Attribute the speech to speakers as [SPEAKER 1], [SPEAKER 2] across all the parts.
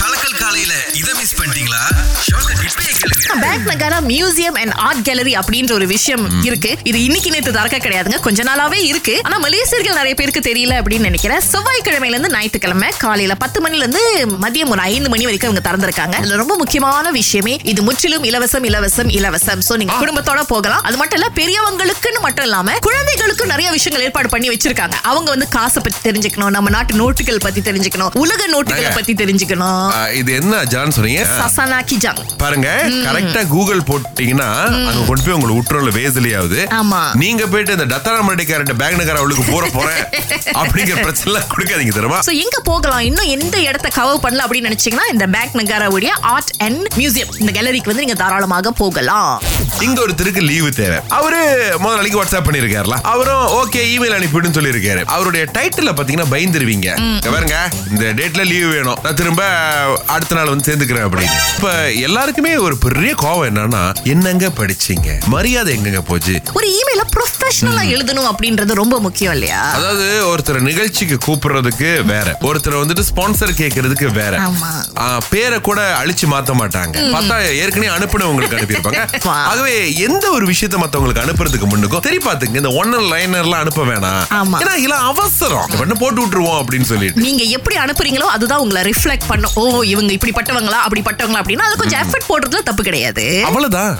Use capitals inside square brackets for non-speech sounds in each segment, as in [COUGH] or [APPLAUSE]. [SPEAKER 1] கலக்கல் காலையில இதை மிஸ் பண்ணிட்டீங்களா ஷோக்க இப்பயே கேளுங்க
[SPEAKER 2] பேங்க் நகாரா மியூசியம் அண்ட் ஆர்ட் கேலரி அப்படின்ற ஒரு விஷயம் இருக்கு இது இன்னைக்கு நேத்து திறக்க கிடையாதுங்க கொஞ்ச நாளாவே இருக்கு ஆனா மலேசியர்கள் நிறைய பேருக்கு தெரியல அப்படின்னு நினைக்கிறேன் செவ்வாய்க்கிழமையில இருந்து ஞாயிற்றுக்கிழமை காலையில பத்து மணில இருந்து மதியம் ஒரு ஐந்து மணி வரைக்கும் இவங்க திறந்திருக்காங்க இதுல ரொம்ப முக்கியமான விஷயமே இது முற்றிலும் இலவசம் இலவசம் இலவசம் சோ நீங்க குடும்பத்தோட போகலாம் அது மட்டும் இல்ல பெரியவங்களுக்குன்னு மட்டும் இல்லாம குழந்தைகளுக்கும் நிறைய விஷயங்கள் ஏற்பாடு பண்ணி வச்சிருக்காங்க அவங்க வந்து காசை பத்தி தெரிஞ்சுக்கணும் நம்ம நாட்டு நோட்டுகள் பத்தி தெரிஞ்சுக்கணும் உலக நோட்டுகளை
[SPEAKER 3] நாங்க-
[SPEAKER 2] பத்தி தெரிஞ்சுக்கணும்
[SPEAKER 3] ஆ, இது என்ன ஜான் சொன்னீங்க
[SPEAKER 2] சசனாக்கி ஜாங்
[SPEAKER 3] பாருங்க கரெக்டா கூகுள் போட்டீங்கன்னா அங்க கொண்டு போய் உங்களை உற்றோல வேசலியாவது
[SPEAKER 2] ஆமா.
[SPEAKER 3] நீங்க போயிட்டு இந்த டத்தாரா மண்டிக்காரன் பேங்னக்கார அவளுக்கு போற போறேன் அப்படிங்கிற பிரச்சனை எல்லாம் கொடுக்காதீங்க தெரியுமா
[SPEAKER 2] சோ எங்க போகலாம் இன்னும் எந்த இடத்த கவர் பண்ணல அப்படின்னு நினைச்சீங்கன்னா இந்த பேக் நகாராவுடைய ஆர்ட் அண்ட் மியூசியம் இந்த கேலரிக்கு வந்து நீங்க தாராளமாக போகலாம்
[SPEAKER 3] இங்க ஒருத்தருக்கு லீவு தேவை அவரு முதலாளிக்கு வாட்ஸ்அப் பண்ணிருக்காருல அவரும் ஓகே இமெயில் அனுப்பிடுன்னு சொல்லியிருக்காரு அவருடைய டைட்டில் பாத்தீங்கன்னா பயந்துருவீங்க இங்க பாருங்க இந்த டேட்ல லீவு வேணும் நான் திரும்ப அடுத்த நாள் வந்து சேர்ந்துக்கிறேன் அப்படின்னு இப்ப எல்லாருக்குமே ஒரு பெரிய கோவம் என்னன்னா என்னங்க படிச்சீங்க மரியாதை எங்கங்க போச்சு
[SPEAKER 2] ஒரு இமெயில ப்ரொஃபஷனலா எழுதணும் அப்படின்றது ரொம்ப முக்கியம் இல்லையா
[SPEAKER 3] அதாவது ஒருத்தர் நிகழ்ச்சிக்கு கூப்பிடுறதுக்கு வேற ஒருத்தர் வந்துட்டு ஸ்பான்சர் கேக்குறதுக்கு வேற
[SPEAKER 2] ஆமா.
[SPEAKER 3] ஆ, பேரை கூட அழிச்சு மாத்த மாட்டாங்க பார்த்தா ஏற்கனவே அனுப்புனவங்களுக்கு அனுப்பியிருப்பாங்க
[SPEAKER 2] [LAUGHS] வா.
[SPEAKER 3] ஆகவே எந்த ஒரு விஷயத்த மத்தவங்களுக்கு அனுப்புறதுக்கு முன்னுக்கும் சரி பாத்துங்க இந்த ஒன் லைனர்லாம் அனுப்ப வேணாம்
[SPEAKER 2] ஆமா.
[SPEAKER 3] ஏன்னா இதெல்லாம் அவசரம் இது பண்ண போட்டு விட்டுருவோம் அப்படின்னு சொல்லிட்டு
[SPEAKER 2] நீங்க எப்படி அனுப்புறீங்களோ அதுதான் உங்களை ரிஃப்ளெக்ட் பண்ணும் ஓ இவங்க இப்படிப்பட்டவங்களா அப்படிப்பட்டவங்களா அப்படின்னா அது கொஞ்சம் எஃபர்ட் போடுறதுல தப்பு கிடையாது
[SPEAKER 3] அவ்வளவுதான்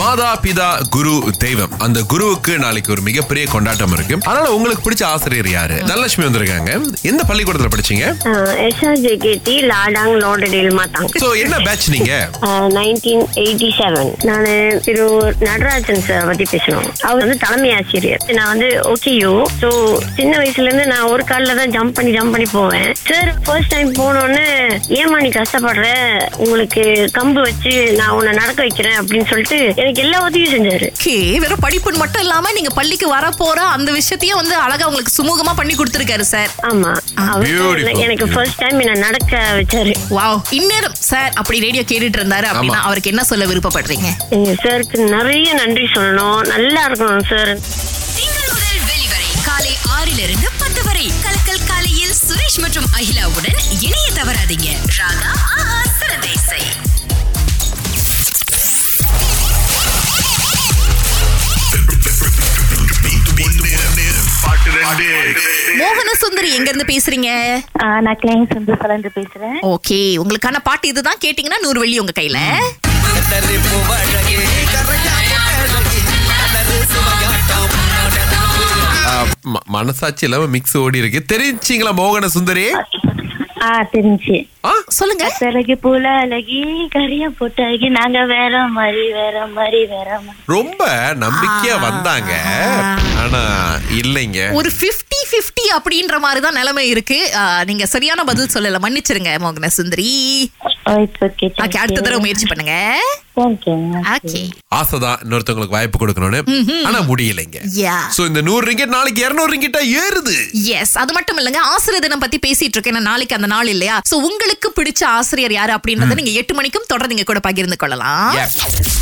[SPEAKER 3] மாதா பிதா குரு தெய்வம் அந்த குருவுக்கு நாளைக்கு ஒரு மிகப்பெரிய கொண்டாட்டம் இருக்கு அதனால உங்களுக்கு பிடிச்ச ஆசிரியர் யாரு தனலட்சுமி வந்திருக்காங்க எந்த பள்ளிக்கூடத்துல படிச்சீங்க
[SPEAKER 4] எஸ்ஆர்ஜே கேட்டி லாடாங் லோடடில் மாட்டாங்க
[SPEAKER 3] சோ என்ன பேட்ச் நீங்க
[SPEAKER 4] நைன்டீன் எயிட்டி செவன் நான் திரு நடராஜன் சார் பத்தி பேசணும் அவர் வந்து தலைமை ஆசிரியர் நான் வந்து ஓகேயோ ஸோ சின்ன வயசுல இருந்து நான் ஒரு காலில் தான் ஜம்ப் பண்ணி ஜம்ப் பண்ணி போவேன் சார் ஃபர்ஸ்ட் டைம் போனோடனே ஏமா நீ கஷ்டப்படுற உங்களுக்கு கம்பு வச்சு நான் உன்னை நடக்க வைக்கிறேன் அப்படின்னு சொல்லிட்டு எனக்கு எல்லா உதவியும் செஞ்சாரு
[SPEAKER 2] ஓகே வெறும் படிப்புன்னு மட்டும் இல்லாம நீங்க பள்ளிக்கு வர போற அந்த விஷயத்தையும் வந்து அழகா உங்களுக்கு சுமூகமா பண்ணி கொடுத்துருக்காரு சார்
[SPEAKER 4] ஆமா அவர்
[SPEAKER 3] Beautiful.
[SPEAKER 4] எனக்கு ஃபர்ஸ்ட் டைம் என்ன நடக்க வச்சாரு
[SPEAKER 2] வாவ் இந்நேரம் சார் அப்படி ரேடியோ கேட்டுட்டு இருந்தாரு அப்படின்னா
[SPEAKER 3] ஆமா.
[SPEAKER 2] அவருக்கு என்ன சொல்ல விருப்பப்படுறீங்க
[SPEAKER 4] எங்க சாருக்கு நிறைய நன்றி சொல்லணும் நல்லா இருக்கணும் சார்
[SPEAKER 5] திங்கள் முதல் வெளிவரை காலை ஆறிலிருந்து பத்து வரை கலக்கல் காலையில் சுரேஷ் மற்றும் அகிலாவுடன் இணைய தவறாதீங்க ராதா ஆஹா சரதேசை
[SPEAKER 2] மோகன சுந்தரி எங்க இருந்து பேசுறீங்க
[SPEAKER 6] ஆ, நான் கிளைண்ட் வந்து சலந்து பேசுறேன்
[SPEAKER 2] ஓகே உங்களுக்கான பாட்டு இதுதான் கேட்டீங்கன்னா நூறு வெள்ளி உங்க கையில
[SPEAKER 3] ஆ, ம- மனசாட்சி இல்லாம மிக்ஸ் ஓடி இருக்கு தெரிஞ்சிங்களா மோகன சுந்தரி
[SPEAKER 6] ஆ தெரிஞ்சு
[SPEAKER 3] ஆ,
[SPEAKER 2] சொல்லுங்க
[SPEAKER 6] அத்தலகி பூல அழகி கரிய போட்டு அழகி நாங்க வேற மாதிரி வேற மாதிரி வேற மாதிரி
[SPEAKER 3] ரொம்ப நம்பிக்கையா வந்தாங்க ஆனா இல்லைங்க
[SPEAKER 2] ஒரு 50 50 அப்படின்ற மாதிரி தான் நிலைமை இருக்கு ஆ, நீங்க சரியான பதில் சொல்லல மன்னிச்சிருங்க மோகன சுந்தரி
[SPEAKER 6] இட்ஸ் ஓகே
[SPEAKER 2] ஓகே அடுத்த தடவை முயற்சி பண்ணுங்க
[SPEAKER 6] தேங்க்யூ
[SPEAKER 2] ஓகே
[SPEAKER 3] ஆசைதான் இன்னொருத்தவங்களுக்கு வாய்ப்பு கொடுக்கணும்னு ஆனா முடியலைங்க
[SPEAKER 2] யா
[SPEAKER 3] சோ இந்த நூறு ரிங்கிட் நாளைக்கு இருநூறு ரிங்கிட்டா ஏறுது
[SPEAKER 2] எஸ் அது மட்டும் இல்லங்க ஆசிரியர் தினம் பத்தி பேசிட்டு இருக்கேன் ஏன்னா நாளைக்கு அந்த நாள் இல்லையா சோ உங்களுக்கு பிடிச்ச ஆசிரியர் யாரு அப்படின்றத நீங்க எட்டு மணிக்கும் தொடர்ந்து இங்க கூட பகிர்ந்து கொள்ளலாம்
[SPEAKER 3] Yeah.